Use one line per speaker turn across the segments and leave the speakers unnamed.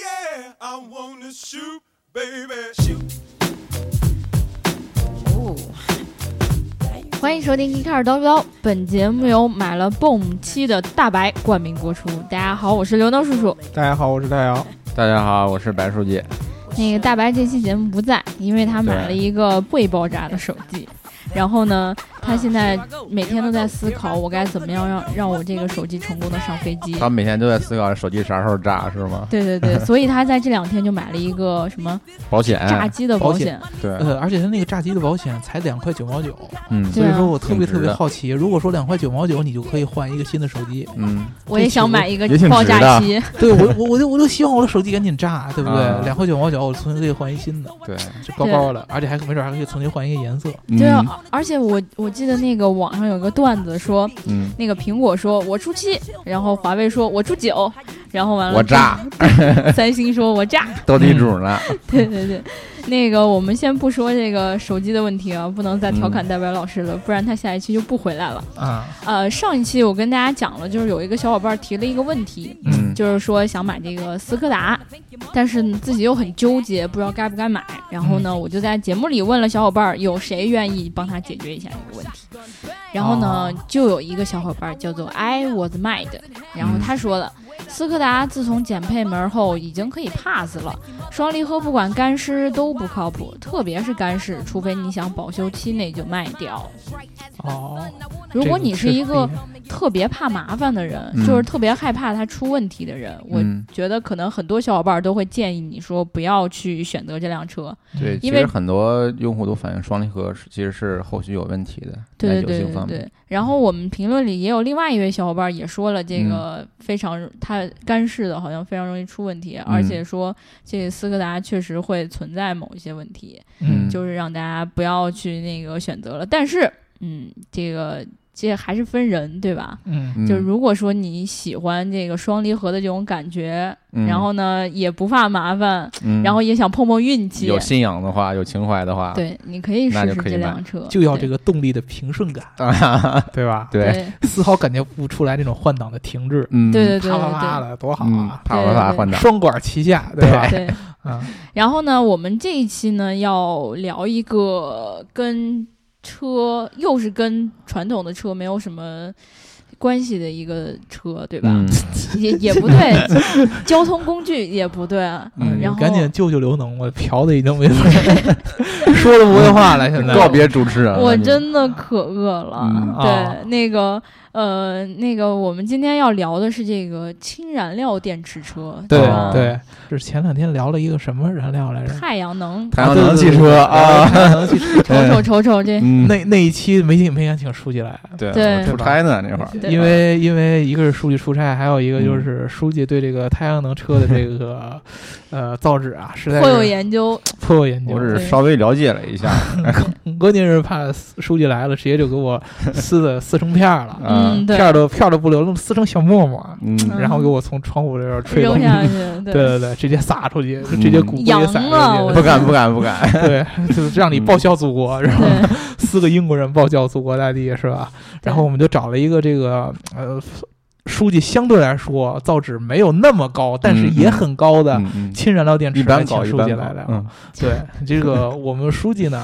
I wanna shoot, baby. Shoot.
欢迎收听《一开始叨不叨》，本节目由买了 BOOM 七的大白冠名播出。大家好，我是刘能叔叔。
大家好，我是大姚。
大家好，我是白书记。
那个大白这期节目不在，因为他买了一个未爆炸的手机。然后呢，他现在每天都在思考，我该怎么样让让我这个手机成功的上飞机。
他每天都在思考手机啥时候炸，是吗？
对对 对，所以他在这两天就买了一个什么
保险，
炸机的
保
险。
对，
呃，而且他那个炸鸡的保险才两块九毛九，
嗯
对
所
啊
以说我特
挺
别
值
特别
的
好奇，如果说两块九毛九你就可以换一个新的手机，
嗯，
我也想买一个
也挺值的
爆炸机，
对我我我就我就希望我的手机赶紧炸，对不对？
啊
两块九毛九我重新可以换一新的，
对，
这高高的，而且还没准还可以重新换一个颜色。
对啊
嗯，
而且我我记得那个网上有个段子说，
嗯，
那个苹果说我出七，然后华为说我出九，然后完了
我炸
三星说我炸，
斗地主呢，
对对对，那个我们先不说这个手机的问题啊，不能再调侃戴白老师
嗯
了，不然他下一期就不回来了。
啊，
呃，上一期我跟大家讲了，就是有一个小伙伴提了一个问题，
嗯，
就是说想买这个斯柯达，但是自己又很纠结，不知道该不该买。然后呢，我就在节目里问了小伙伴儿，有谁愿意帮他解决一下这个问题？然后呢，就有一个小伙伴儿叫做 I was mad，然后他说了。斯柯达自从减配门后，已经可以 pass 了。双离合不管干湿都不靠谱，特别是干湿，除非你想保修期内就卖掉。
哦，
嗯
如果你是一
这
个
确实
特别怕麻烦的人，
嗯
就是特别害怕他出问题的人，我
嗯
觉得可能很多小伙伴都会建议你说不要去选择这辆车。
对，
嗯因
其
为
实很多用户都反映双离合是其实是后续有问题的，
对
耐久
对
性
对对
方面，
对。然后我们评论里也有另外一位小伙伴也说了，这个非常、他干式的好像非常容易出问题，而且说这斯柯达确实会存在某一些问题，
嗯
嗯
就是让大家不要去那个选择了。但是，嗯，这个这还是分人，对吧？
嗯，
嗯
就如果说你喜欢这个双离合的这种感觉，
嗯
然后呢也不怕麻烦，
嗯
然后也想碰碰运气，
有信仰的话，有情怀的话，
对，你可以试
那
试
就可以
这辆车，
就要这
对
个动力的平顺感，对吧？
对
对
丝毫感觉不出来那种换挡的停滞，
嗯，
对对对
啪啪啪
对
的多好
嗯，
啊！
啪啪啪换挡，
双管齐下，对吧？
对。
啊，
然后呢，我们这一期呢要聊一个跟车又是跟传统的车没有什么关系的一个车，对吧？
嗯，
也也不对， 交通工具也不对。啊
嗯
然后
赶紧救救刘能，我嫖的已经没法儿说的不会话了，现在
告别主持人了，
我
你
真的可饿了。
嗯
对，
啊
那个呃，那个我们今天要聊的是这个氢燃料电池车，
对
吧
啊
对，这是前两天聊了一个什么燃料来着？
太阳能。
太阳能汽车啊，
太阳能汽车。
瞅瞅瞅瞅这，
嗯，
那那一期没请没敢请书记来，
对
对
我出差呢那会儿，
对
因为因为一个是书记出差，还有一个就
嗯
是书记对这个太阳能车的这个呃造纸啊，实在
颇有
是
研究，
颇有研究
我。只
对
是稍微了解了一下，
关键是怕书记来了，直接就给我撕的撕成片儿了，
啊
嗯，对
片，儿都片儿都不留，那么撕成小沫沫，
嗯
嗯
然后给我从窗户这边吹
扔
了
下去，对
对对对，直接撒出去，直接骨灰
扬
撒
了我
出
不
去，
敢不敢不 敢，
对，就是让你报效祖国，然后
对
四个英国人报效祖国大地是吧？然后我们就找了一个这个呃，书记相对来说造纸没有那么高，但是也很高的
嗯 嗯
氢燃料电池
一
来
般
请
搞一
书
般
记
搞
来聊。
嗯
对，这个我们书记呢，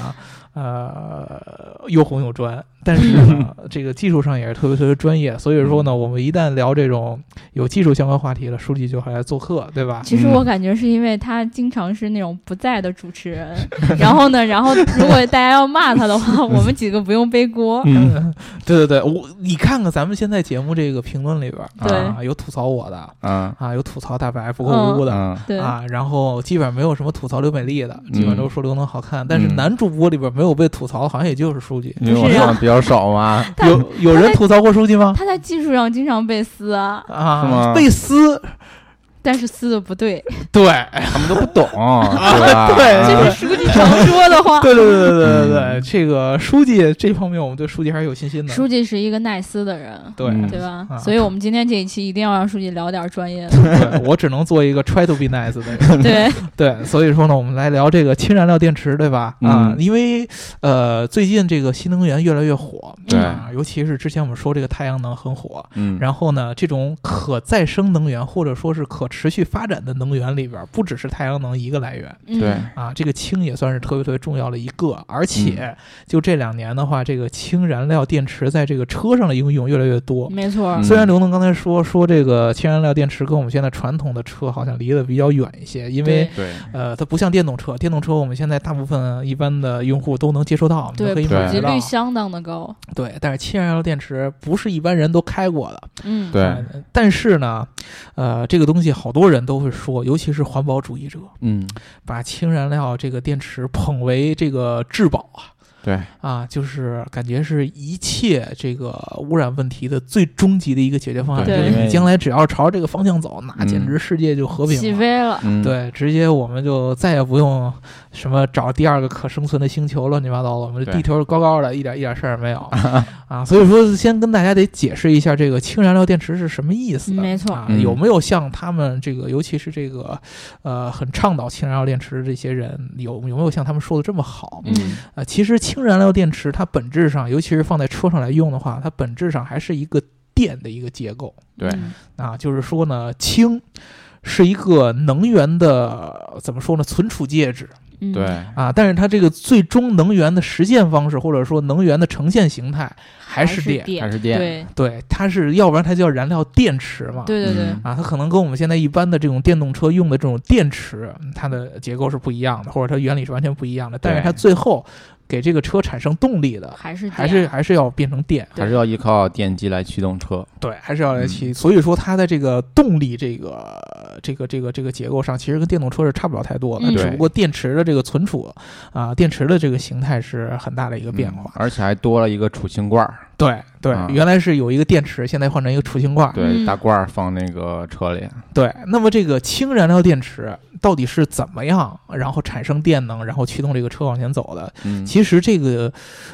呃，又红又专，但是 呢，这个技术上也是特别特别专业。所以说呢，我们一旦聊这种有技术相关话题了，书记就还来做客，对吧？
其实我感觉是因为他经常是那种不在的主持人，然后呢，然后如果大家要骂他的话，我们几个不用背锅。
嗯，
对对对，我你看看咱们现在节目这个评论里边儿，
对
啊，有吐槽我的，
啊
啊，有吐槽大白不够无辜的。
嗯
对，
啊，然后基本上没有什么吐槽刘美丽的，基本上都说刘能好看。但是
嗯
男主播里边没有被吐槽，好像也就是书记。
因为我
不是啊
上的比较 少嘛，
他
有有人吐槽过书记吗？
他在技术上经常被撕啊，
是
啊，
吗
被撕，
但是撕的不对，
对，
啊
他们都不 懂，对吧？
对
这
啊
是书记常说的 话。
对对对对对对对，
嗯
这个书记这方面我们对书记还是有信心的。
书记是一个耐撕的人，
对
嗯
对吧
啊？
所以我们今天这一期一定要让书记聊点专业的。
对，我只能做一个 try to be nice 的人。
对，
对，所以说呢，我们来聊这个氢燃料电池，对吧？啊，
嗯
因为呃，最近这个新能源越来越火，
对
啊，尤其是之前我们说这个太阳能很火，
嗯，
然后呢，这种可再生能源或者说是可持续发展的能源里边，不只是太阳能一个来源
嗯
对
啊，这个氢也算是特别特别重要的一个。而且就这两年的话，这个氢燃料电池在这个车上的应用越来越多。
没错，
嗯
虽然刘能刚才说说这个氢燃料电池跟我们现在传统的车好像离得比较远一些，因为
对
对
呃，它不像电动车，电动车我们现在大部分一般的用户都能接受到，我们都可
对
以
普
买
及
得到
率。相当的高，
对，但是氢燃料电池不是一般人都开过的。
嗯，
对
呃但是呢，呃，这个东西好多人都会说，尤其是环保主义者，
嗯
把氢燃料这个电池捧为这个至宝啊。
对
啊，就是感觉是一切这个污染问题的最终极的一个解决方案。
对
就是
因
为
你将来只要朝这个方向走，那
嗯
简直世界就和平了。
起飞了，
嗯
对，直接我们就再也不用什么找第二个可生存的星球乱七八糟了，我们这
对
地球是高高的，一点一点事儿 没有啊。所以说，先跟大家得解释一下这个氢燃料电池是什么意思。
没错
啊
嗯
有没有像他们这个，尤其是这个呃很倡导氢燃料电池的这些人，有有没有像他们说的这么好？
嗯
嗯
呃，其实氢燃料电池它本质上，尤其是放在车上来用的话，它本质上还是一个电的一个结构。
对
嗯
啊，就是说呢，氢是一个能源的怎么说呢，存储介质
嗯，
对，
啊，但是它这个最终能源的实现方式，或者说能源的呈现形态，
还
还是电
还是电，
嗯对
对，它是要不然它叫燃料电池嘛，
对对对
嗯，
啊，它可能跟我们现在一般的这种电动车用的这种电池，嗯它的结构是不一样的，或者它原理是完全不一样的，但是它
对
最后给这个车产生动力的，
还是
还
电
是还是要变成电。
还是要依靠电机来驱动车。
对，还是要来
嗯
骑。所以说，它在这个动力这个这个这个这个结构上，其实跟电动车是差不了太多的，
嗯
只
对
不过电池的这个存储啊、电池的这个形态是很大的一个变化
嗯。而且还多了一个储氢罐儿，
对对、
啊
原来是有一个电池，现在换成一个储氢罐。
对，
嗯
大罐儿放那个车里，
对，那么这个氢燃料电池到底是怎么样，然后产生电能，然后驱动这个车往前走的？
嗯，
其实这个，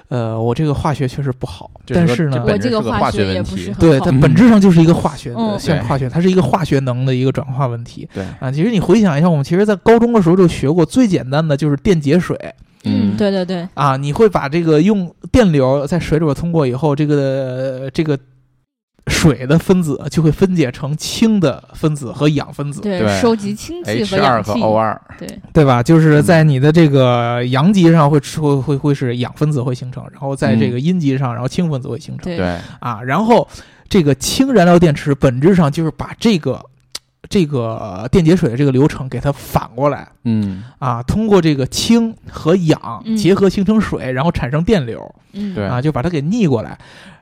呃，我这个化学确实不好，
这是
但
个
是呢
本
我
质
这
是个化
化
学问
也不
题
是很
对，
好
它本质上就是一个化学
嗯
的，像
对
化学，它是一个化学能的一个转化问题。
对
啊，其实你回想一下，我们其实在高中的时候就学过，最简单的就是电解水
嗯，对对对，
啊，你会把这个用电流在水里边通过以后，这个这个水的分子就会分解成氢的分子和氧分子，
对
收集氢气和
嗯，H
氧
二
气
和，O 二，
对，
对吧？就是在你的这个阳极上会出会会会是氧分子会形成，然后在这个阴极上，然后氢分子会形成。
对
对，
啊，然后这个氢燃料电池本质上就是把这个这个电解水的这个流程给它反过来
嗯，
啊，通过这个氢和氧
嗯
结合形成水，然后产生电流
嗯，
对
啊，就把它给逆过来。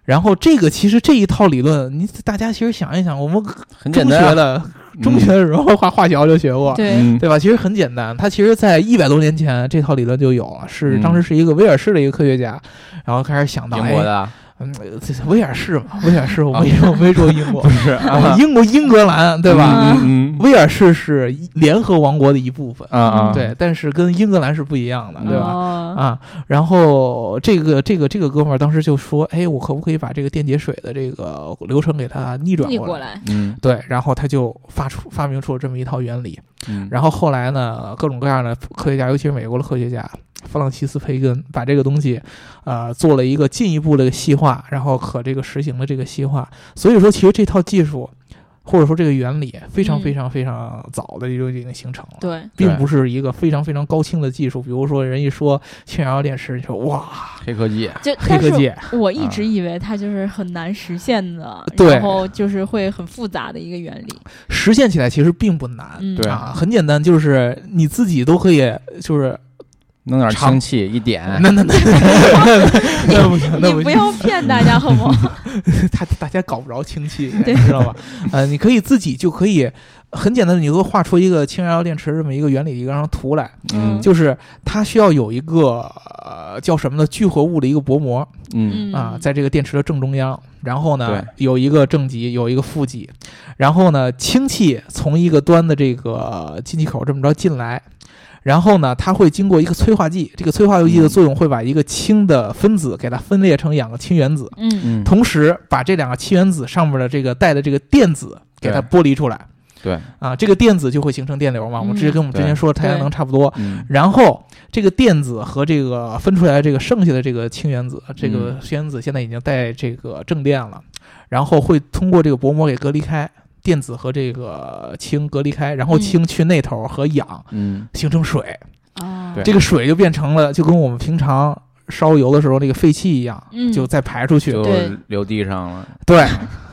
然后这个其实这一套理论，你大家其实想一想，我们
很
中
简
学
单啊，嗯
的中学的时候化化学就学过，
对，
嗯，嗯，
对吧？其实很简单，它其实，在一百多年前这套理论就有了，是
嗯
当时是一个威尔士的一个科学家，然后开始想到，
英
哎
国的啊啊
嗯，这是威尔士嘛， 威尔士我没我没说 英国，
是
啊
啊，
英国英格兰对吧？
啊
嗯嗯
威尔士是联合王国的一部分，
啊啊，
对，但是跟英格兰是不一样的，对吧？
吧？
啊，然后这个这个这个哥们儿当时就说，哎，我可不可以把这个电解水的这个流程给它逆转
逆
过
过
来？
来，
嗯，
对，然后他就发出发明出了这么一套原理。
嗯，
然后后来呢，各种各样的科学家，尤其是美国的科学家，弗朗西斯·培根，把这个东西，呃，做了一个进一步的一个细化，然后可这个实行了这个细化。所以说，其实这套技术或者说这个原理，非常
嗯
非常非常早的就已经形成了。
对，
并不是一个非常非常高清的技术，比如说人一说氢燃料电池，你说哇，
黑科技，
就
黑
但
科
是
技，
我一直以为它就是很难实现的，
嗯对
然后就是会很复杂的一个原理，
实现起来其实并不难、
嗯，
对
啊，很简单，就是你自己都可以，就是
弄点
长
氢气一点，
那那那 那不行，那
哎你
行
不要骗大家好不好？
他 大家搞不着氢气，
对
你知道吧？呃，你可以自己就可以很简单的，你会画出一个氢燃料电池这么一个原理一个张图来，
嗯
就是它需要有一个呃叫什么呢聚合物的一个薄膜
嗯
嗯
啊、在这个电池的正中央，然后呢
对
有一个正极，有一个负极，然后呢氢气从一个端的这个进气口这么着进来。然后呢，它会经过一个催化剂，这个催化剂
嗯
的作用会把一个氢的分子给它分裂成两个氢原子，
嗯，
嗯，
同时把这两个氢原子上面的这个带的这个电子给它剥离出来
对，
啊，这个电子就会形成电流
嗯
嘛。我们直接跟我们之前说的太阳能差不多。
嗯
然后这个电子和这个分出来的这个剩下的这个氢原子，这个
嗯
氢原子现在已经带这个正电了，然后会通过这个薄膜给隔离开。电子和这个氢隔离开，然后氢去那头和氧
嗯，
形成水，
啊，
对
这个水就变成了就跟我们平常烧油的时候那个废气一样，
嗯
就再排出去。
就
对
流地上了。
对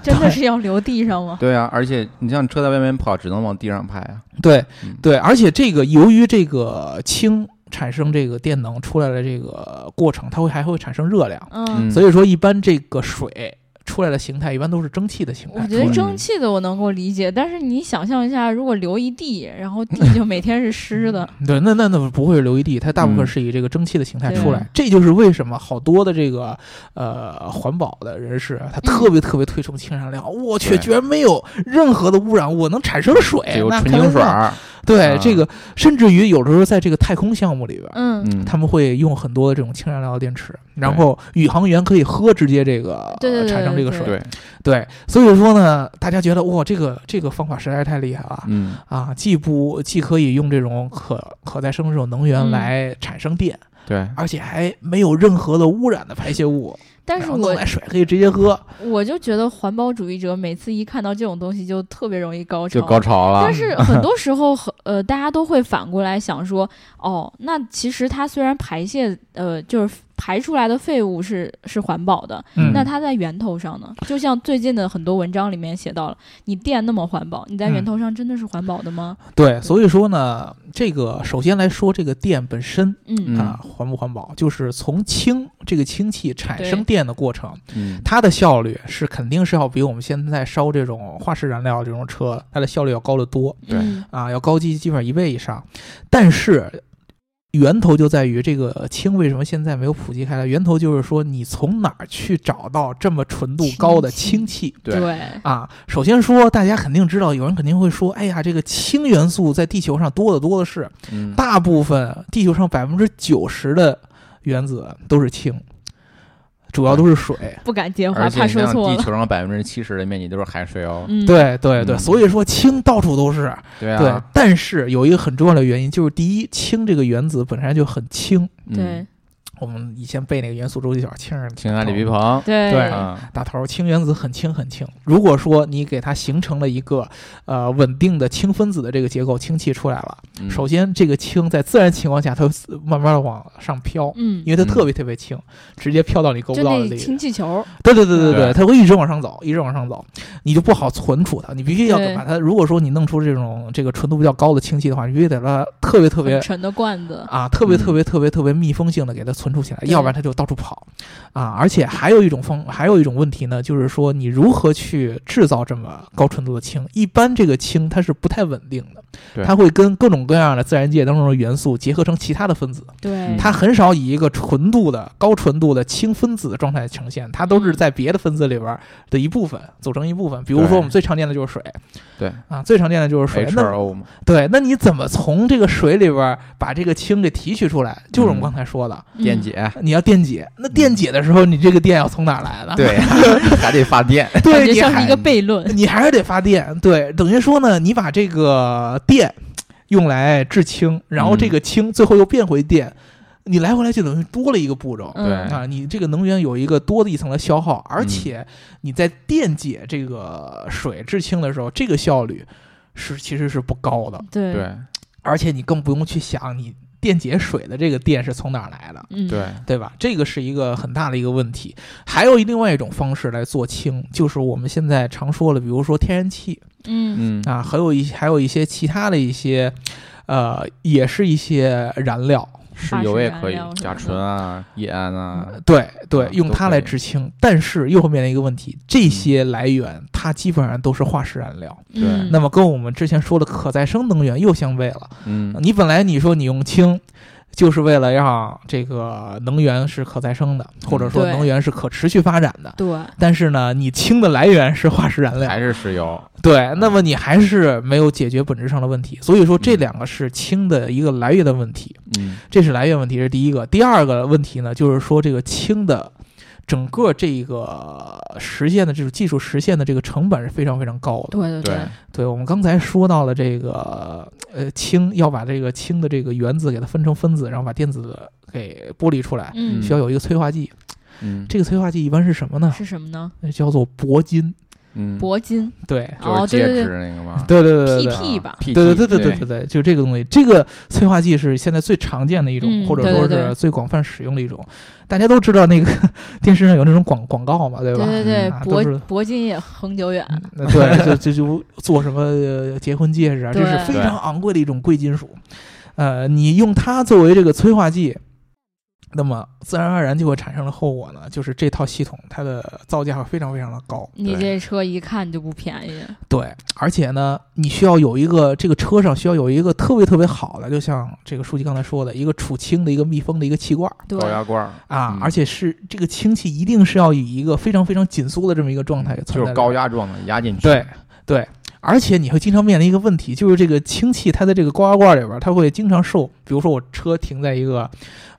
真的是要留地上吗？
对啊，而且你像车在外面跑，只能往地上拍啊。
对
嗯
对，而且这个由于这个氢产生这个电能出来的这个过程，它会还会产生热量，
嗯，
嗯
所以说一般这个水出来的形态一般都是蒸汽的形
我
态。
觉得蒸汽的我能够理解，但是你想象一下，如果留一地，然后地就每天是湿的，
对，那那那不会是流一地，它大部分
嗯
是以这个蒸汽的形态
对
出来。这就是为什么好多的这个呃环保的人士啊，他特
嗯
别特别推崇氢燃料。我去，
对
居然没有任何的污染物能产生水，
只有
哎那
纯
开玩
净水
笑。
儿。
对、
啊
这个，甚至于有的时候在这个太空项目里边，
嗯，
嗯，
他们会用很多的这种氢燃料电池，然后宇航员可以喝直接这个呃
对对对对
产生这个
对
水。
对，
对，所以说呢，大家觉得哇，这个这个方法实在是太厉害了。
嗯，
啊，既不既可以用这种可可再生这种能源
嗯
来产生电，
对，
而且还没有任何的污染的排泄物，
但是
然后弄
我
来水可以直接喝。
我就觉得环保主义者每次一看到这种东西就特别容易高潮，
就高潮了
但。是很多时候，很 呃，大家都会反过来想说，哦，那其实它虽然排泄，呃，就是排出来的废物是是环保的，
嗯
那它在源头上呢？就像最近的很多文章里面写到了，你电那么环保，你在源
嗯
头上真的是环保的吗？
对，所以说呢，这个首先来说，这个电本身
嗯
嗯
啊环不环保，就是从氢这个氢气产生
对
电的过程，
嗯，
它的效率是肯定是要比我们现在烧这种化石燃料这种车，它的效率要高得多
对
嗯
啊，要高基基本上一倍以上。但是源头就在于这个氢为什么现在没有普及开来？源头就是说你从哪儿去找到这么纯度高的
氢
氢气？
对
啊，首先说，大家肯定知道，有人肯定会说，哎呀，这个氢元素在地球上多得多的是，
嗯
大部分地球上百分之九十的原子都是氢，主要都是水。
不敢接话，
而且
怕
你
说
像
错
地
了。
球上百分之七十的面积都是海水 哦。
嗯，，
对对对，
嗯
所以说氢到处都是。
对
对
啊，，
但是有一个很重要的原因，就是第一，氢这个原子本身就很轻。
嗯
对，
我们以前背那个元素周期表，氢是
氢氦锂铍硼。
对
对
啊，
大头，氢原子很轻很轻。如果说你给它形成了一个呃稳定的氢分子的这个结构，氢气出来了。
嗯
首先，这个氢在自然情况下，它会自慢慢的往上飘。
嗯，
因为它特
嗯
别特别轻，直接飘到你够
就
不到的
那
地
氢
方。
气球，
对对对对对，
对
它会一直往上走，一直往上走，你就不好存储它，你必须要
对
把它。如果说你弄出这种这个纯度比较高的氢气的话，你必须得把它特别特别
很沉的罐 子，
啊，特
嗯
别特别特别特别密封性的给它存储起来，
对
要不然它就到处跑啊。而且还有一种方，还有一种问题呢，就是说你如何去制造这么高纯度的氢？一般这个氢它是不太稳定的，
对
它会跟各种各样的自然界当中的元素结合成其他的分子，
对，
嗯
它很少以一个纯度的高纯度的氢分子的状态呈现，它都是
嗯
在别的分子里边的一部分组成一部分。比如说
对
我们最常见的就是水，
对
啊，最常见的就是水。那
H2O 嘛，
对，那你怎么从这个水里边儿把这个氢给提取出来？就是我们刚才说的，
嗯
电解。
你要电解。那电解的时候，你这个电要从哪儿来的？
对， 还得发电。
感
对，
觉
你
像是一
还
个悖论。
你还是得发电。对，等于说呢，你把这个电用来制氢，然后这个氢最后又变回电，你来回来去等于多了一个步骤。
嗯
对
啊，你这个能源有一个多的一层的消耗，而且你在电解这个水制氢的时候，这个效率是其实是不高的。
对
对
而且你更不用去想你电解水的这个电是从哪儿来的，
嗯，
对，
对吧？这个是一个很大的一个问题。还有另外一种方式来做氢，就是我们现在常说的，比如说天然气
嗯
嗯
啊，还有一还有一些其他的一些，呃，也是一些燃料。
石油也可
化
以
石燃料什么，的
甲醇啊、乙胺啊，
对对
啊，
用它
都可以嗯
来制氢，但是又会面临一个问题，这些来源它基本上都是化石燃料，
对
嗯
那么跟我们之前说的可再生能源又相悖了。
嗯，
你本来你说你用氢，就是为了让这个能源是可再生的，
嗯
或者说
对
能源是可持续发展的。
对，
但是呢，你氢的来源是化石燃料
还，是石油。
对，那么你还是没有解决本质上的问题。所以说，这两个是氢的一个来源的问题，
嗯，
这是来源问题，这是第一个。第二个问题呢，就是说这个氢的整个这个实现的这种技术实现的这个成本是非常非常高的。
对对
对，
对，我们刚才说到了这个呃氢，要把这个氢的这个原子给它分成分子，然后把电子给剥离出来，
嗯
需要有一个催化剂。
嗯，
这个催化剂一般是什么呢？呃
是什么呢？
叫做铂金。
嗯，
铂金
对，
就是
哦对
戒
对对
指那个嘛，
对对对对对。
PP 吧，
对
对对对对对对对，就这个东西，这个催化剂是现在最常见的一种，
嗯
或者
对
说
对对
是最广泛使用的一种。大家都知道那个 电视上有那种广广告嘛，对吧？
对对，
啊都
铂
是
铂金也恒久远，
嗯
嗯
那对，就就就做什么呃结婚戒指啊，这
对
是非常昂贵的一种贵金属。呃，你用它作为这个催化剂，那么自然而然就会产生的后果呢，就是这套系统它的造价会非常非常的高。
你
对
这车一看就不便宜。
对，而且呢，你需要有一个这个车上需要有一个特别特别好的，就像这个书记刚才说的，一个储氢的一个密封的一个气罐儿
对
高，压罐儿
啊，
嗯
而且是这个氢气一定是要以一个非常非常紧缩的这么一个状态存在
就
的，
是高压状的压进去，
对对，而且你会经常面临一个问题，就是这个氢气它在这个高压罐里边儿，它会经常受，比如说我车停在一个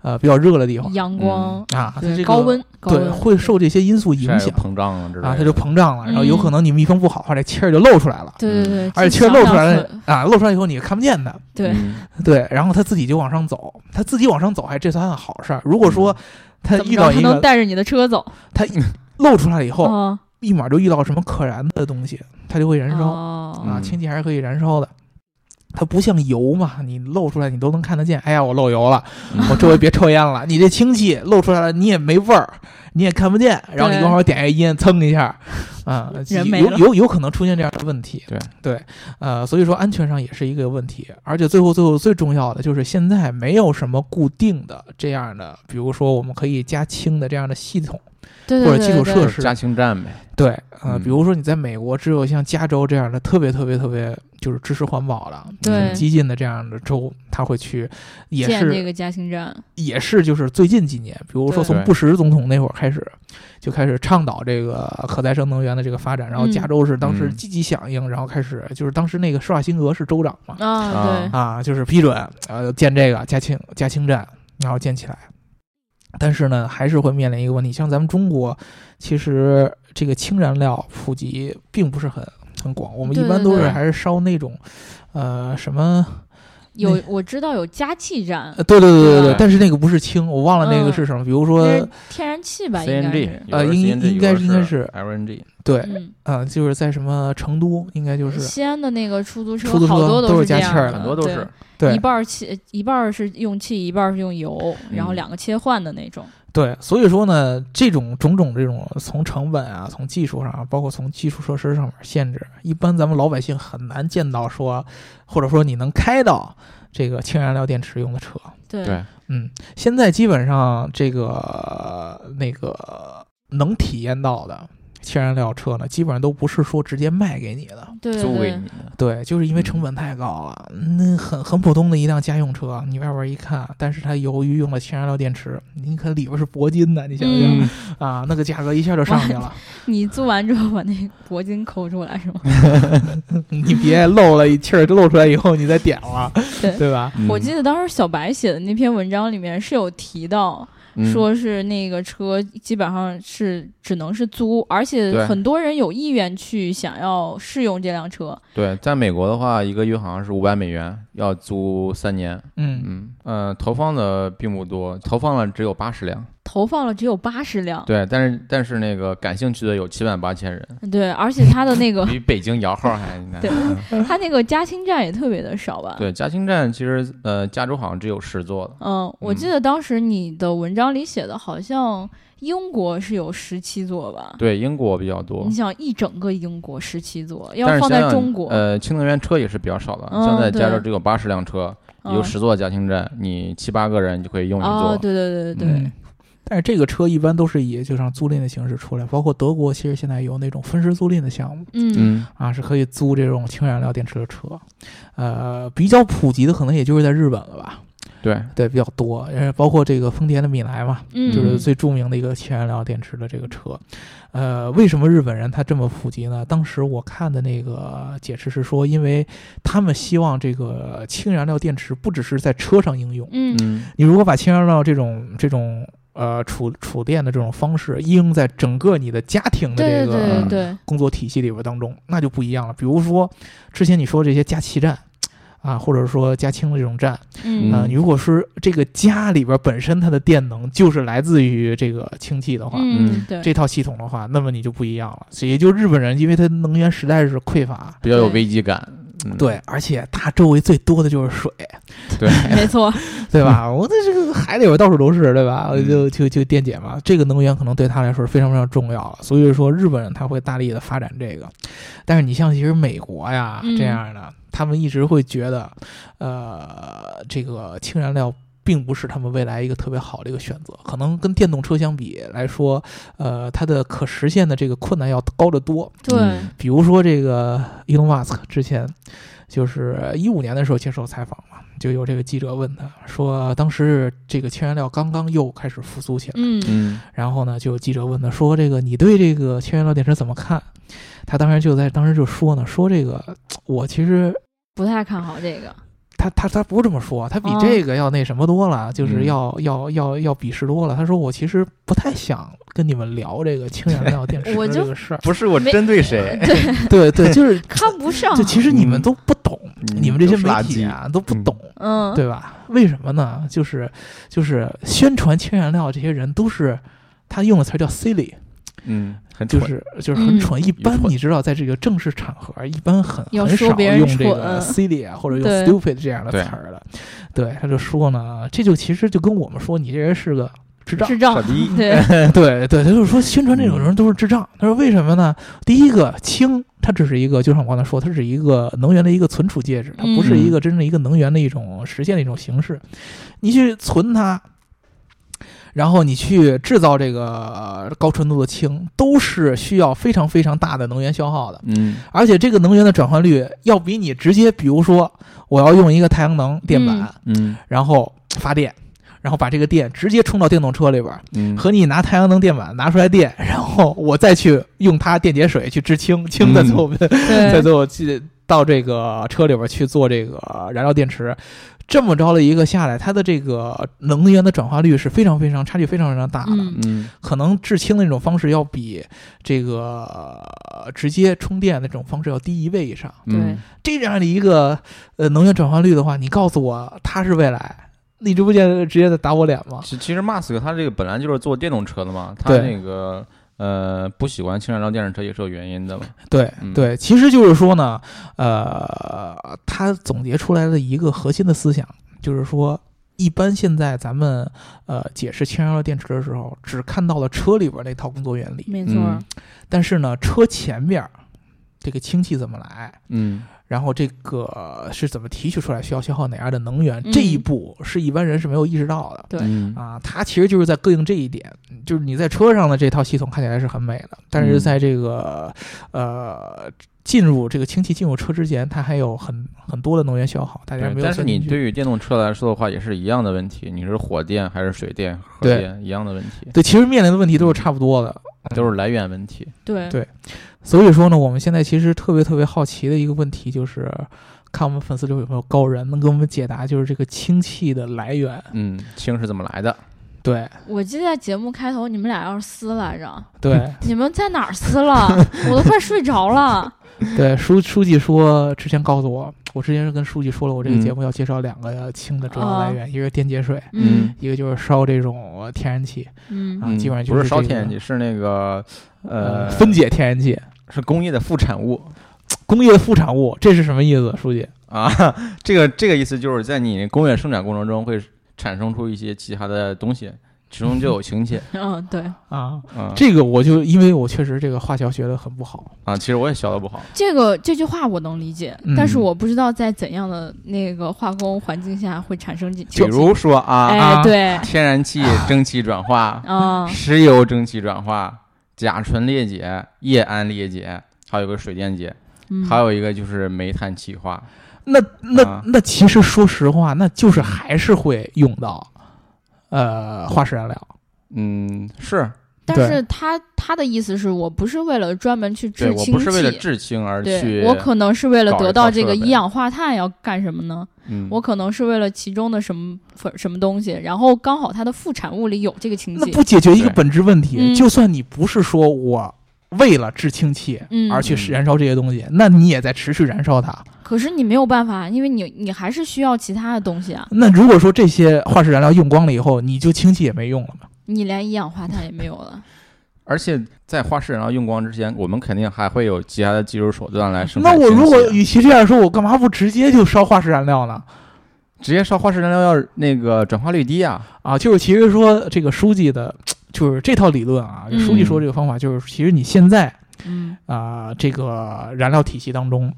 呃比较热的地方
阳
嗯
光，
啊，它
对
这个
高温，高
对
温
会受这些因素影
晒
响
又膨胀了之类的，
啊，它就膨胀了，然后有可
嗯
能你密封不好的话，这气儿就漏出来了。
对对对，
嗯而且气
这
儿漏
想
出来
想
了
很
啊，漏出来以后你看不见它，
对
嗯，
对，然后它自己就往上走，它自己往上走还这算好事儿。如果说它
怎么
遇
着
到
他
一
能
个
带着你的车走
它漏出来以后，
啊？
立马就遇到什么可燃的东西，它就会燃烧。
烧
啊，
嗯
氢气还是可以燃烧的。它不像油嘛，你漏出来你都能看得见。哎呀，我漏油了，
嗯
我周围别抽烟了。你这氢气漏出来了，你也没味儿，你也看不见。然后你
对
往后点一烟，蹭一下，啊，
人没
有
了
有有可能出现这样的问题。
对
对，呃，所以说安全上也是一个问题。而且最后最后最重要的就是现在没有什么固定的这样的，比如说我们可以加氢的这样的系统
对
或
对
者基
对
础
对
设
就是
施。
加氢站呗，
对，呃，
嗯
比如说你在美国，只有像加州这样的特别特别特别就是支持环保的、
对
激进的这样的州，他会去，嗯也
建这
是
个加氢站，
也是就是最近几年，比如说
对
从
对
布什总统那会儿开始，就开始倡导这个可再生能源的这个发展，然后
嗯
加州是当时
嗯
积极响应，然后开始就是当时那个施瓦辛格是州长嘛，
啊，
啊，就是批准呃建这个加氢加氢站，然后建起来。但是呢，还是会面临一个问题，像咱们中国，其实这个氢燃料普及并不是很很广，我们一
对
般
对
都是
对
还是烧那种，呃，什么，
对，有我知道有加气站
嗯呃，对对对对
对
对
吧，
但是那个不是氢，我忘了那个
嗯
是什么，比如
那
说，
是天然气吧，应该是
CNG，，
呃
有的
应
CNG
应该
有的
应该是
是 LNG，
对，
嗯，
嗯、就是在什么成都，应该就是
西安的那个出租车
出租车
好多
都
是
是
这
加
样
气儿
的，
的
很多都
对
是，
对嗯
一半儿气，一半儿是用气，一半儿是用油，然后两个切换的那种。
对，所以说呢，这种种种这种从成本啊，从技术上啊，包括从基础设施上面限制，一般咱们老百姓很难见到说，或者说你能开到这个氢燃料电池用的车。
对
对，
嗯，现在基本上这个那个能体验到的氢燃料车呢，基本上都不是说直接卖给你的，
对
租给
对
嗯
你的，
对，就是因为成本太高了。嗯那很很普通的一辆家用车，你外边一看，但是它由于用了氢燃料电池，你看里边是铂金的，你想想。
嗯
啊，那个价格一下就上去了。
你租完之后把那铂金抠出来是吗？
你别漏了气儿漏出来以后，你再点了，
对
对吧？
嗯
我记得当时小白写的那篇文章里面是有提到，
嗯
得
说是那个车基本上是只能是租，而且
对
很多人有意愿去想要试用这辆车。
对，在美国的话，一个月好像是五百美元，要租三年。
嗯，
嗯，呃，投放的并不多，投放了只有八十辆。
投放了只有八十辆，
对，但是但是那个感兴趣的有七万八千人，
对，而且它的那个
比北京摇号还难。
对它那个加氢站也特别的少吧？
对，嘉兴站其实呃，加州好像只有十座了。
嗯，我记得当时你的文章里写的，好像英国是有十七座吧？
对，英国比较多
你。想一整个英国十七座，要
但是
放
想
在
想
中国，
呃，氢能源车也是比较少的，
嗯
像在加州
对
只有八十辆车，
嗯
有十座嘉兴站，你七八个人就可以用一
哦，
座。
对对对对对
嗯，但是这个车一般都是以就像租赁的形式出来，包括德国其实现在有那种分时租赁的项目
嗯
嗯，
啊，是可以租这种氢燃料电池的车。呃，比较普及的可能也就是在日本了吧，
对，
对，比较多，呃，包括这个丰田的米莱嘛，
嗯，
就是
嗯
最著名的一个氢燃料电池的这个车。呃，为什么日本人他这么普及呢？当时我看的那个解释是说，因为他们希望这个氢燃料电池不只是在车上应用，
嗯
嗯，
你如果把氢燃料这种这种呃储储电的这种方式应用在整个你的家庭的
对
这
对对嗯
个嗯
对对，
工作体系里边当中，那就不一样了。比如说之前你说这些加气站。啊，或者说家清的这种站
嗯
啊、
嗯
如果是这个家里边本身它的电能就是来自于这个氢气的话，
嗯
嗯，
对，
这套系统的话，那么你就不一样了。所以也就日本人，因为他能源实在是匮乏，
比较有
对
危机感。嗯，
对，而且他周围最多的就是水，
对，
没错，
对吧？我在这个海里边到处都是，对吧？
嗯
就就就电解嘛，这个能源可能对他来说是非常非常重要了。所以说，日本人他会大力的发展这个。但是你像其实美国呀
嗯
这样的，他们一直会觉得，呃，这个氢燃料。并不是他们未来一个特别好的一个选择，可能跟电动车相比来说，呃，它的可实现的这个困难要高得多。
对，
比如说这个 Elon Musk 之前就是一五年的时候接受采访嘛，就有这个记者问他说，当时这个氢燃料刚刚又开始复苏起来，
嗯
嗯
然后呢，就有记者问他说，这个你对这个氢燃料电池怎么看？他当时就在当时就说呢，说这个我其实。
不太看好这个，
他他他不是这么说，他比
哦
这个要那什么多了，就是
嗯，
要、要要要鄙视多了。他说我其实不太想跟你们聊这个氢燃料电池
我
的
就
这个 事儿
不是我
没
针对 谁，
对 对，就是
看不上
就，其实你们都不懂，
嗯
你们这些
都是
媒
垃
体
圾
啊都不懂，
嗯，
对吧？为什么呢？就是就是宣传氢燃料这些人都是。他用的词儿叫 silly，
嗯，很
就
蠢
是就是很
嗯
蠢。一般
蠢
你知道，在这个正式场合，一般很
要
很
说
少
别人
用这
蠢
个 silly 啊，或者用
对
stupid 这样的
对
词儿的。对，他就说呢，这就其实就跟我们说，你这人是个智障，
智障
傻，逼，
对，
对对，他就是说宣传这种人都是智障。他说为什么呢？第一个，氢它只是一个，就像我刚才说，它是一个能源的一个存储介质，它不是一个真正一个能源的一种实现的一种形式。你去存它，然后你去制造这个呃高纯度的氢，都是需要非常非常大的能源消耗的。
嗯
而且这个能源的转换率要比你直接，比如说我要用一个太阳能电板，
嗯
嗯
然后发电，然后把这个电直接充到电动车里边儿，
嗯，
和你拿太阳能电板拿出来电，然后我再去用它电解水去制氢，氢的
嗯
最后、 再
对，
最后去到这个车里边去做这个燃料电池。这么着的一个下来，它的这个能源的转化率是非常非常差距非常非常大的，
嗯
嗯
可能制氢的那种方式要比这个、呃直接充电的这种方式要低一倍以上。
对
嗯，
这样的一个呃能源转换率的话，你告诉我它是未来，你这不就直接在打我脸吗？
其其实 Mask 他这个本来就是做电动车的嘛，他
对
那个呃不喜欢氢燃料电动车也是有原因的嘛。
对
嗯
对，其实就是说呢，呃，他总结出来的一个核心的思想，就是说，一般现在咱们呃解释氢燃料电池的时候，只看到了车里边那套工作原理，
没错，
嗯
但是呢，车前面儿这个氢气怎么来，
嗯
然后这个是怎么提取出来，需要消耗哪样的能源，这一
嗯
步是一般人是没有意识到的。
对
嗯
啊，它其实就是在膈应这一点，就是你在车上的这套系统看起来是很美的，但是
嗯
在这个、呃进入这个氢气进入车之前，它还有很很多的能源消耗，大家
对
没有
但是
算
你
进去
对于电动车来说的话，也是一样的问题，你是火电还是水电、核
对
电一样的问题，
对其实面临的问题都是差不多的。
都嗯是来源问题。
对
对所以说呢，我们现在其实特别特别好奇的一个问题就是，看我们粉丝里有没有高人能给我们解答，就是这个氢气的来源。
嗯，氢是怎么来的？
对
我记得在节目开头你们俩要是撕来着，
对
你们在哪儿撕 了？我都快睡着了。
对，书书记说之前告诉我，我之前是跟书记说了，我这个
嗯
节目要介绍两个氢的主要来源，一个是电解水。
嗯
一个就是烧这种呃天然气
嗯，
啊，基本上就
不
是
烧
这
天然
个
气，是那个呃
呃分解天然气，
是工业的副产物
工业的副产物，这是什么意思，书记？
啊。这个这个意思就是在你工业生产过程中会产生出一些其他的东西，其中就有氢气
嗯，对，
啊，
啊
这个我就因为我确实这个化学学的很不好，
啊。其实我也学的不好，
这个这句话我能理解，
嗯
但是我不知道在怎样的那个化工环境下会产生这，
比如说啊，
哎，对，
天然气蒸汽转化，
啊，
石油蒸汽转化、甲醇裂解、液氨裂解，还有个水电解，
嗯
还有一个就是煤炭气化。
那那
啊
那其实说实话，那就是还是会用到呃化石燃料，
嗯，是
但
对
是他他的意思是我不是为了专门去
对
治
我
氢
不是为了
气，
制氢而去
对，我可能是为了
搞
得
一
到
套
这个
设备
一氧化碳要干什么呢？
嗯
我可能是为了其中的什么什么东西，然后刚好它的副产物里有这个氢
那
气，
不解决一个
对
本质问
嗯
题。就算你不是说我为了制氢气
嗯
而去燃烧这些东西，那你也在持续燃烧它。
可是你没有办法，因为你你还是需要其他的东西啊，
那如果说这些化石燃料用光了以后，你就氢气也没用了嘛？
你连一氧化碳也没有了。
而且在化石燃料用光之前，我们肯定还会有其他的技术手段来生
那
产氢气
我
啊。
如果与其这样说，我干嘛不直接就烧化石燃料呢？
直接烧化石燃料，要那个转化率低啊。
啊，就是其实说这个书记的，就是这套理论啊，
嗯
书记说这个方法就是，其实你现在
嗯
啊、这个燃料体系当中，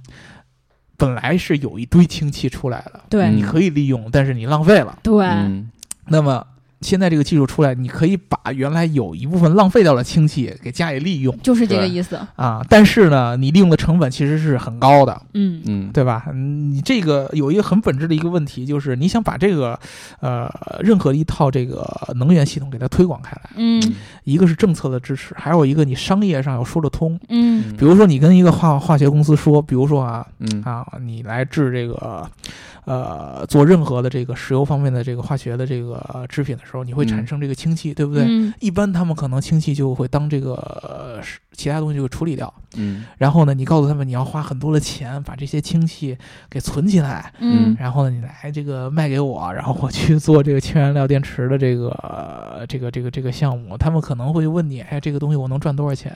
本来是有一堆氢气出来的，
对
你可以利用，但是你浪费了。
对，
嗯，
那么现在这个技术出来，你可以把原来有一部分浪费掉的氢气给加以利用
就是这个
对
意思。
啊，但是呢，你利用的成本其实是很高的，
嗯
嗯，
对吧？嗯你这个有一个很本质的一个问题，就是你想把这个呃任何一套这个能源系统给它推广开来，
嗯
一个是政策的支持，还有一个你商业上要说得通。
嗯
比如说你跟一个化化学公司说，比如说啊
嗯
啊，你来制这个呃做任何的这个石油方面的这个化学的这个呃制品的时候，你会产
嗯
生这个氢气，对不对？
嗯
一般他们可能氢气就会当这个呃是其他东西就会处理掉，
嗯
然后呢，你告诉他们你要花很多的钱把这些氢气给存起来，
嗯
嗯
然后呢，你来这个卖给我，然后我去做这个氢燃料电池的这个、呃这个这个这个项目，他们可能会问你，哎，这个东西我能赚多少钱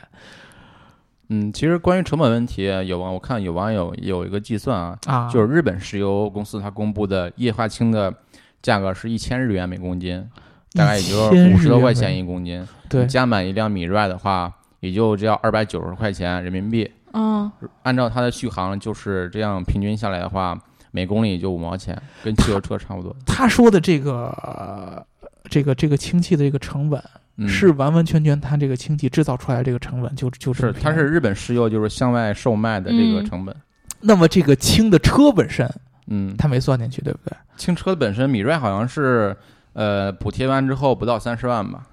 嗯，其实关于成本问题，有网我看有网友有一个计算啊，
啊？
就是日本石油公司它公布的液化氢的价格是一千日元每公斤，大概也就
1000
五十多块
日
钱
元
一公斤。
对，
加满一辆米 r 的话，也就只要二百九十块钱人民币。
嗯，
按照它的续航就是这样，平均下来的话，每公里也就五毛钱，跟汽油车差不多。
他说的这个、呃这个这个氢气的这个成本，
嗯、
是完完全全他这个氢气制造出来的这个成本就就这么
是，它
便宜
是。日本石油就是向外售卖的这个
嗯
成本。
那么这个氢的车本身，
嗯，
他没算进去，对不对？
轻车本身米 r 好像是呃补贴完之后不到三十万吧？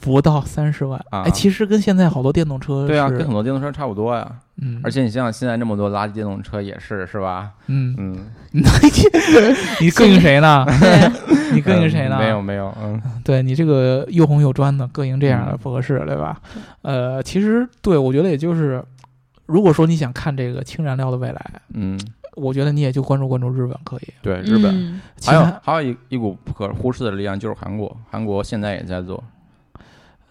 不到三十万，
啊
哎，其实跟现在好多电动车
对啊，
嗯是
跟很多电动车差不多呀。
嗯，
而且你想想现在那么多垃圾电动车也是是吧？
嗯，
嗯，
你膈应 谁呢？
对，
你膈应谁呢？
嗯没有没有，嗯
对你这个又红又专的，各赢这样的
嗯
不合适，对吧？呃，其实对我觉得也就是，如果说你想看这个氢燃料的未来，
嗯，
我觉得你也就关注关注日本可以。
对，日本。
嗯
其
还有
他
还有一一股不可忽视的力量就是韩国，韩国现在也在做，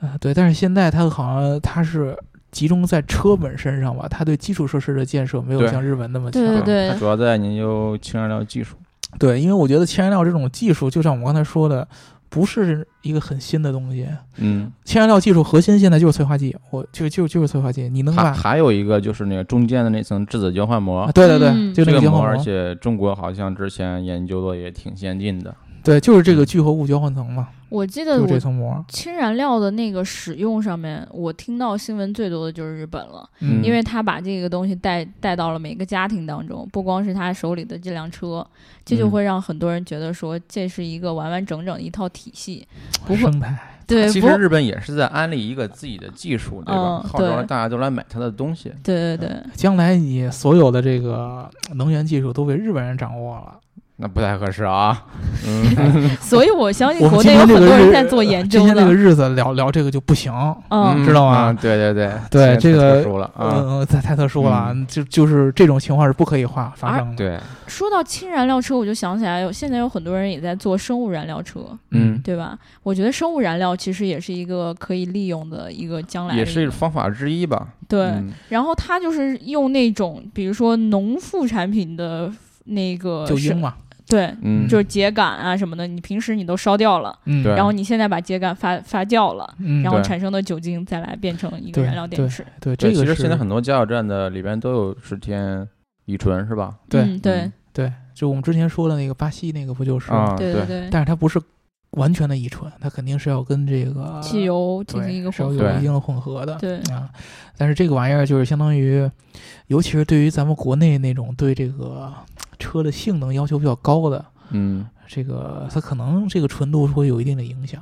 呃对，但是现在它好像它是集中在车本身上吧，它对基础设施的建设没有
对
像日本那么强。
对对
它主要在研究氢燃料技术。
对因为我觉得氢燃料这种技术，就像我们刚才说的，不是一个很新的东西。
嗯，
氢燃料技术核心现在就是催化剂，我就就就是催化剂，你能
还
把
还有一个就是那个中间的那层质子交换膜
啊，，对对对，
嗯
就
这
那个
个
交
膜，
换
而
膜，
且中国好像之前研究的也挺先进的。
对，就是这个聚合物交换层嘛，
我记得
就
我
这层膜，
氢燃料的那个使用上面，我听到新闻最多的就是日本了，
嗯
因为他把这个东西带带到了每个家庭当中，不光是他手里的这辆车，这就
嗯
会让很多人觉得说这是一个完完整整的一套体系，不会
生态，
对，
啊其
不
实日本也是在安利一个自己的技术，对吧？
嗯
号召
对
大家都来买它的东西。
对对对，
将来你所有的这个呃能源技术都被日本人掌握了。
那不太合适啊，嗯
所以我相信
我们
国
今
内有
天
很多
这个
人
日呃
在做研究
今天这个
的，
日子聊聊这个就不行，
嗯，
知道吗
嗯对对对
对这个
太特殊了啊，
嗯，太太特殊了，就就是这种情况是不可以发发生的。，
对，
说到氢燃料车，我就想起来有现在有很多人也在做生物燃料车，
嗯，
对吧？我觉得生物燃料其实也是一个可以利用的一个将来的
也
一
是
个
方法之一吧。
对。
嗯
然后它就是用那种比如说农副产品的那个
就是英嘛，
对，
嗯，
就是秸秆啊什么的，你平时你都烧掉了，
嗯，
对
然后你现在把秸秆发发酵了。
嗯，
然后
对
产生的酒精再来变成一个
对
燃料电池，
对这
对，
个
其实
是
现在很多加油站的里边都有十天乙醇是吧？
对
嗯对
嗯
对，就我们之前说的那个巴西那个不就是吗？
啊，
对
对
对，
但是它不是完全的乙醇，它肯定是要跟这个
汽油进
对
行一个
是
混
要
合，
有
对
一定的混合 的。
对
啊，但是这个玩意儿就是相当于，尤其是对于咱们国内那种对这个车的性能要求比较高的，
嗯，
这个它可能这个纯度会有一定的影响。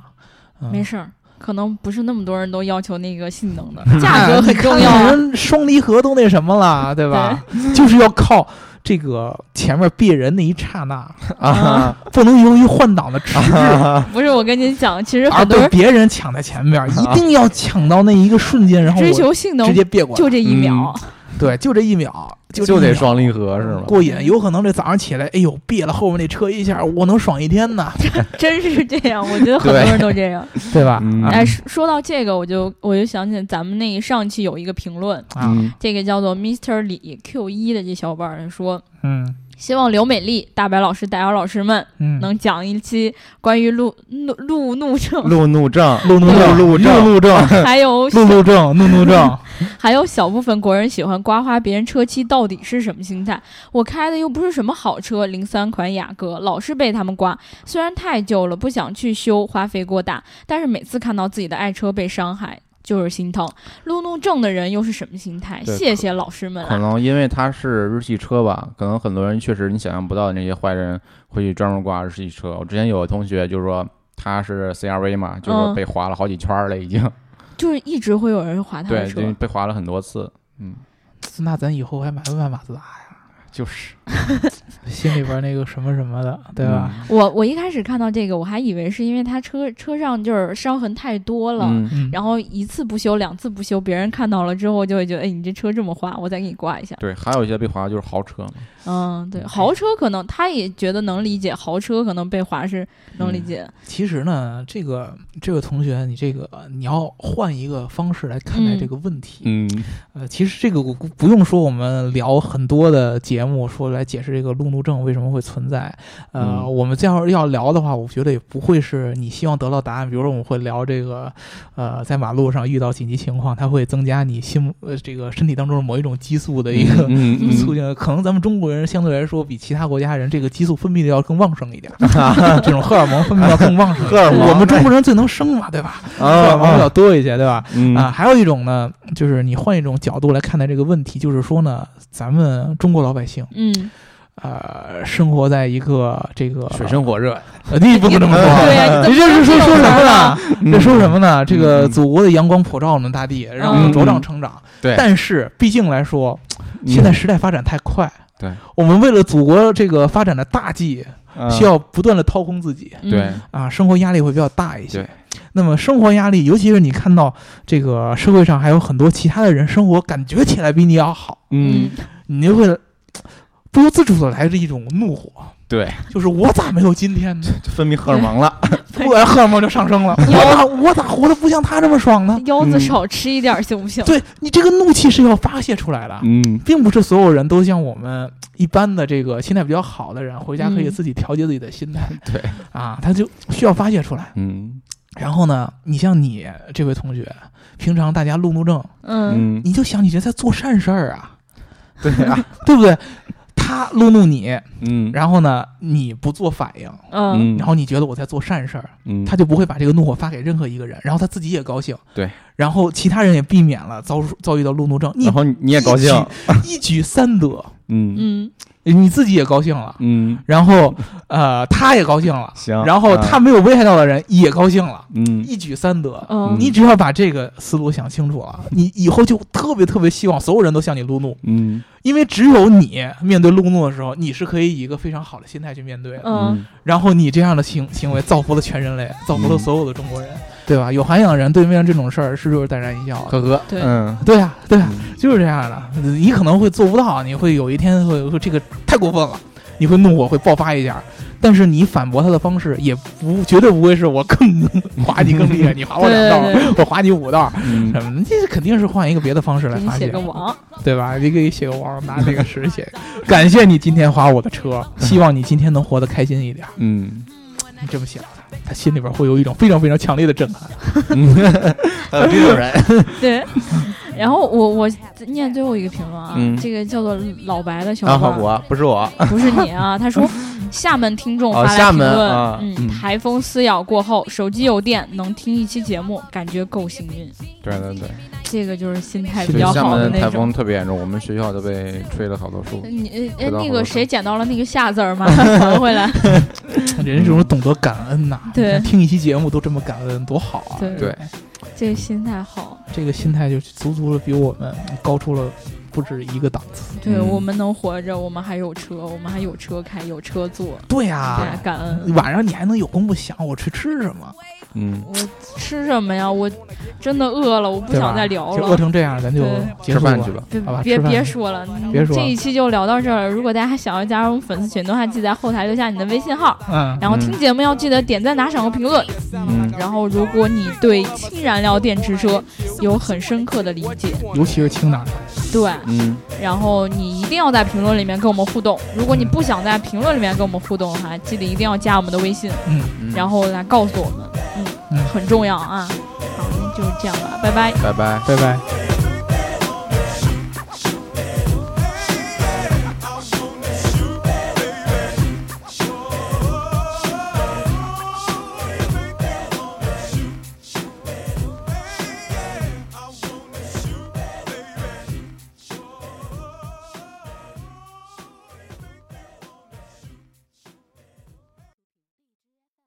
嗯、
没
事，
事儿，可能不是那么多人都要求那个性能 的，价格很重要啊。
人双离合都那什么了，对吧？就是要靠这个前面别人那一刹那，
啊，
不能由于换挡的迟滞
啊不是我跟你讲，其实
而
很多
被
人啊
别人抢在前面，一定要抢到那一个瞬间，然后
追
我
求性能
直接嗯别过来。
就这一秒，
对，就这一秒，这
就
一
得
秒
双离合是吗？
过瘾。有可能这早上起来，哎呦，别了后面那车一下，我能爽一天 呢，
真是这样。我觉得很多人都这样。
对吧？
嗯
啊
哎，说说到这个，我就我就想起咱们那上期有一个评论，
啊，
嗯
这个叫做 Mr 李 Q 一的这小伙伴儿说，
嗯
希望刘美丽、大白老师、大姚老师们
嗯，
能讲一期关于路怒路怒症，
路怒症，
啊路怒症，
路怒症
路怒症，
还有
路怒症，路怒 症，
还有小部分国人喜欢刮花别人车漆到底是什么心态？我开的又不是什么好车，零三款雅阁，老是被他们刮。虽然太旧了，不想去修，花费过大，但是每次看到自己的爱车被伤害，就是心疼。路怒症的人又是什么心态？
对
谢谢老师们
可
啊！
能因为它是日系车吧，可能很多人确实你想象不到那些坏人会去专门刮日系车。我之前有个同学就说他是 CRV 嘛，就
嗯
是被划了好几圈儿了，已 经、
就是一直会有人划他的
对，
车
就，被划了很多次。嗯，
那咱以后还买不买马自达呀？
就是
心里边那个什么什么的，对吧？？
我我一开始看到这个，我还以为是因为他车车上就是伤痕太多了，
嗯，
嗯，
然后一次不修，两次不修，别人看到了之后就会觉得，哎，你这车这么花，我再给你刮一下。
对，还有一些被划的就是豪车嘛，
嗯，对，豪车可能他也觉得能理解，豪车可能被划是能
嗯
理解。
其实呢，这个这个同学，你这个你要换一个方式来看待
嗯
这个问题。
嗯，
呃，其实这个我不不用说，我们聊很多的节目说来解释这个路怒症为什么会存在。呃，
嗯
我们这样要聊的话，我觉得也不会是你希望得到答案。比如说，我们会聊这个，呃，在马路上遇到紧急情况，它会增加你心目呃这个身体当中的某一种激素的一个。
嗯嗯
促进可能咱们中国人相对来说比其他国家人这个激素分泌的要更旺盛 一点，这种荷尔蒙分泌要更旺盛一点。
荷尔蒙哎
我们中国人最能生嘛，对吧？
啊
荷尔蒙比较
啊
多一些，对吧？
嗯
啊，还有一种呢，就是你换一种角度来看待这个问题，就是说呢，咱们中国老百姓，
嗯，
呃，生活在一个这个
水深火热，
呃，你不能这么说啊，
对呀、你
你这是说说什么呢？这说什
么？
么呢？这个
嗯
祖国的阳光普照我们大地，让我们
嗯
茁壮成长。
对嗯
但是毕竟来说，现在时代发展太快。
对，嗯
我们为了祖国这个发展的大计，需要不断的掏空自己
嗯
对，
啊，生活压力会比较大一些
对。
那么生活压力，尤其是你看到这个社会上还有很多其他的人生活感觉起来比你要好，
嗯
嗯，
你就会不由自主的来着一种怒火，
对，
就是我咋没有今天 呢？
分泌荷尔蒙了，
突然荷尔蒙就 上升了，我咋我咋活得不像他这么爽呢？
嗯腰子少吃一点儿行不行？
对你这个怒气是要发泄出来的，
嗯
并不是所有人都像我们一般的这个心态比较好的人，回家可以自己调节自己的心态。
嗯 对
啊，他就需要发泄出来。
嗯
然后呢，你像你这位同学，平常大家路怒症，
嗯
嗯，
你就想你这在做善事儿啊，
对啊，
对不对？他路怒你，
嗯
然后呢，你不做反应，
嗯
嗯，
然后你觉得我在做善事儿，
嗯
他就不会把这个怒火发给任何一个人，然后他自己也高兴，
对，
然后其他人也避免了遭遭遇到路怒症，你
然后你也高兴，
一举三得，
嗯
嗯
你自己也高兴了，
嗯，
然后呃他也高兴了，
行，
然后他
啊
没有危害到的人也高兴了，
嗯
一举三得。
嗯
你只要把这个思路想清楚了，你以后就特别特别希望所有人都向你路怒，
嗯
因为只有你面对路怒的时候，你是可以以一个非常好的心态去面对的。
嗯，
然后你这样的行行为造福了全人类，造福了
嗯
所有的中国人，对吧？有涵养的人对面这种事儿是就是淡然一笑的。
呵呵，
对
嗯
对啊，对啊，就是这样的。你可能会做不到，你会有一天会说这个太过分了，你会怒火会爆发一下。但是你反驳他的方式也不绝对不会是我更 划你更厉害，你划我两
对
道，我划你五道
嗯
什么的，这肯定是换一个别的方式来
给你
发
写
泄
个，王，
对吧？你给写个王，拿这个石写。感谢你今天划我的车， 希望你今天能活得开心一点。
嗯，
你这么想，他心里边会有一种非常非常强烈的震撼。
还有这种人，
对。然后我我念最后一个评论啊，
嗯
这个叫做老白的小
啊，
伙伴儿，
我不是我，
不是你啊，他 说。厦门听众发
哦
来
厦
评
门
论，
啊
嗯，
嗯
台风撕咬过后，手机有电，能听一期节目，感觉够幸运。
对 对对，
这个就是心态比
对
较
对，厦
好的
门
那
台
种
风。特别严重，我们学校都被吹了好多树，
你哎
知
那
道好
个
多
谁
事
捡到了那个下字儿， 麻烦还回来。
人这种懂得感恩呐、
嗯对
你看听一期节目都这么感恩，多好啊！
对
对
这个心态好，
这个心态就足足的比我们高出了不止一个档次。
对
嗯
我们能活着，我们还有车，我们还有车开，有车坐，
对呀、
大家啊感恩。
晚上你还能有功夫想我去吃什么，
嗯，
我吃什么呀？我真的饿了，我不
对吧？
想再聊
就饿
了。
成这样，咱就
对
结
吃
束
饭去吧。
别
好吧
别
吃饭
别说了，
别说了
这一期就聊到这儿了。如果大家还想要加入我们粉丝群的话，记得在后台留下你的微信号。
嗯，
然后听节目要记得点赞、打赏和评论。
嗯
然后，如果你对氢燃料电池车有很深刻的理解，
尤其是青岛，
对，
嗯，
然后你一定要在评论里面跟我们互动。如果你不想在评论里面跟我们互动的话，记得一定要加我们的微信，
嗯，
嗯
然后来告诉我们，嗯
嗯，
很重要啊。好，那就这样吧，拜拜。
拜拜。
拜拜。